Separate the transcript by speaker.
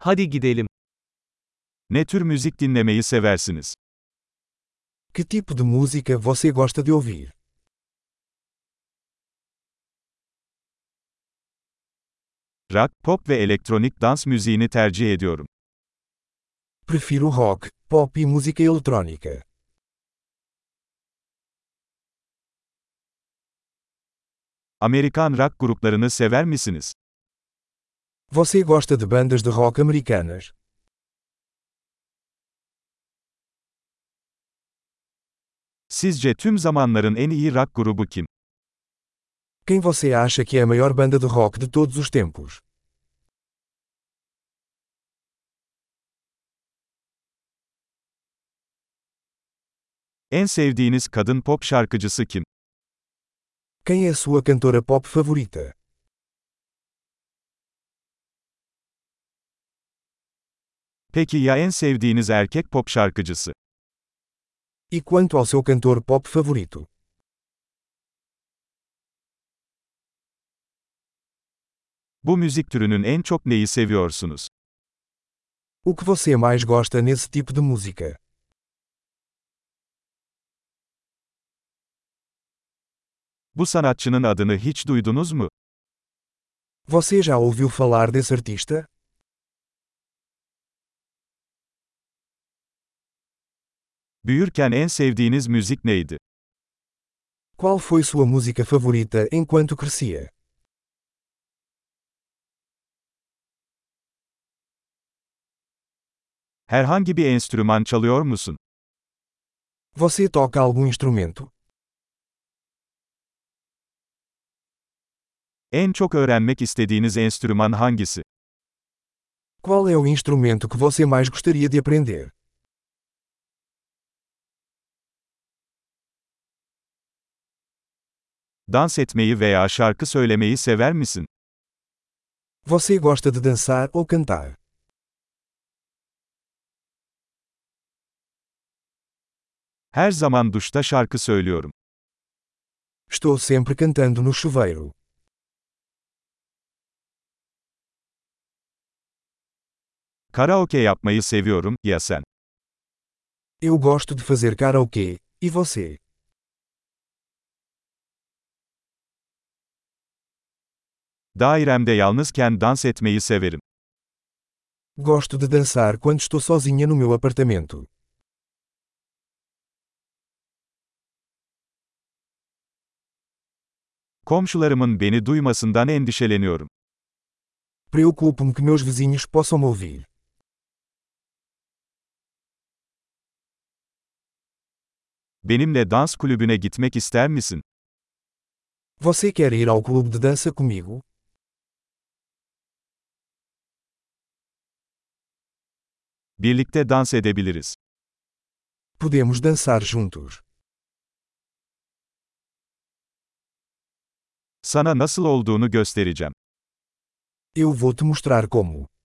Speaker 1: Hadi gidelim.
Speaker 2: Ne tür müzik dinlemeyi seversiniz?
Speaker 3: Que tipo de música você gosta de ouvir?
Speaker 2: Rock, pop ve elektronik dans müziğini tercih ediyorum.
Speaker 3: Prefiro rock, pop e música eletrônica.
Speaker 2: Amerikan rock gruplarını sever misiniz?
Speaker 3: Você gosta de bandas de rock americanas?
Speaker 2: Sizce tüm zamanların en iyi rock grubu kim?
Speaker 3: Quem você acha que é a maior banda de rock de todos os tempos?
Speaker 2: En sevdiğiniz kadın pop şarkıcısı kim?
Speaker 3: Quem é a sua cantora pop favorita?
Speaker 2: Peki ya en sevdiğiniz erkek pop şarkıcısı?
Speaker 3: E quanto ao seu cantor pop favorito?
Speaker 2: Bu müzik türünün en çok neyi seviyorsunuz?
Speaker 3: O que você mais gosta nesse tipo de música?
Speaker 2: Bu sanatçının adını hiç duydunuz mu?
Speaker 3: Você já ouviu falar desse artista?
Speaker 2: Büyürken en sevdiğiniz müzik neydi?
Speaker 3: Qual foi sua música favorita enquanto crescia?
Speaker 2: Herhangi bir enstrüman çalıyor musun?
Speaker 3: Você toca algum instrumento?
Speaker 2: En çok öğrenmek istediğiniz enstrüman hangisi?
Speaker 3: Qual é o instrumento que você mais gostaria de aprender?
Speaker 2: Dans etmeyi veya şarkı söylemeyi sever misin?
Speaker 3: Você gosta de dançar ou cantar?
Speaker 2: Her zaman duşta şarkı söylüyorum.
Speaker 3: Estou sempre cantando no chuveiro.
Speaker 2: Karaoke yapmayı seviyorum, ya sen?
Speaker 3: Eu gosto de fazer karaokê. E você?
Speaker 2: Dairemde yalnızken dans etmeyi severim.
Speaker 3: Gosto de dançar quando estou sozinha no meu apartamento.
Speaker 2: Komşularımın beni duymasından endişeleniyorum.
Speaker 3: Preocupo-me que meus vizinhos possam me ouvir.
Speaker 2: Benimle dans kulübüne gitmek ister misin?
Speaker 3: Você quer ir ao clube de dança comigo?
Speaker 2: Birlikte dans edebiliriz.
Speaker 3: Podemos dançar juntos.
Speaker 2: Sana nasıl olduğunu göstereceğim.
Speaker 3: Eu vou te mostrar como.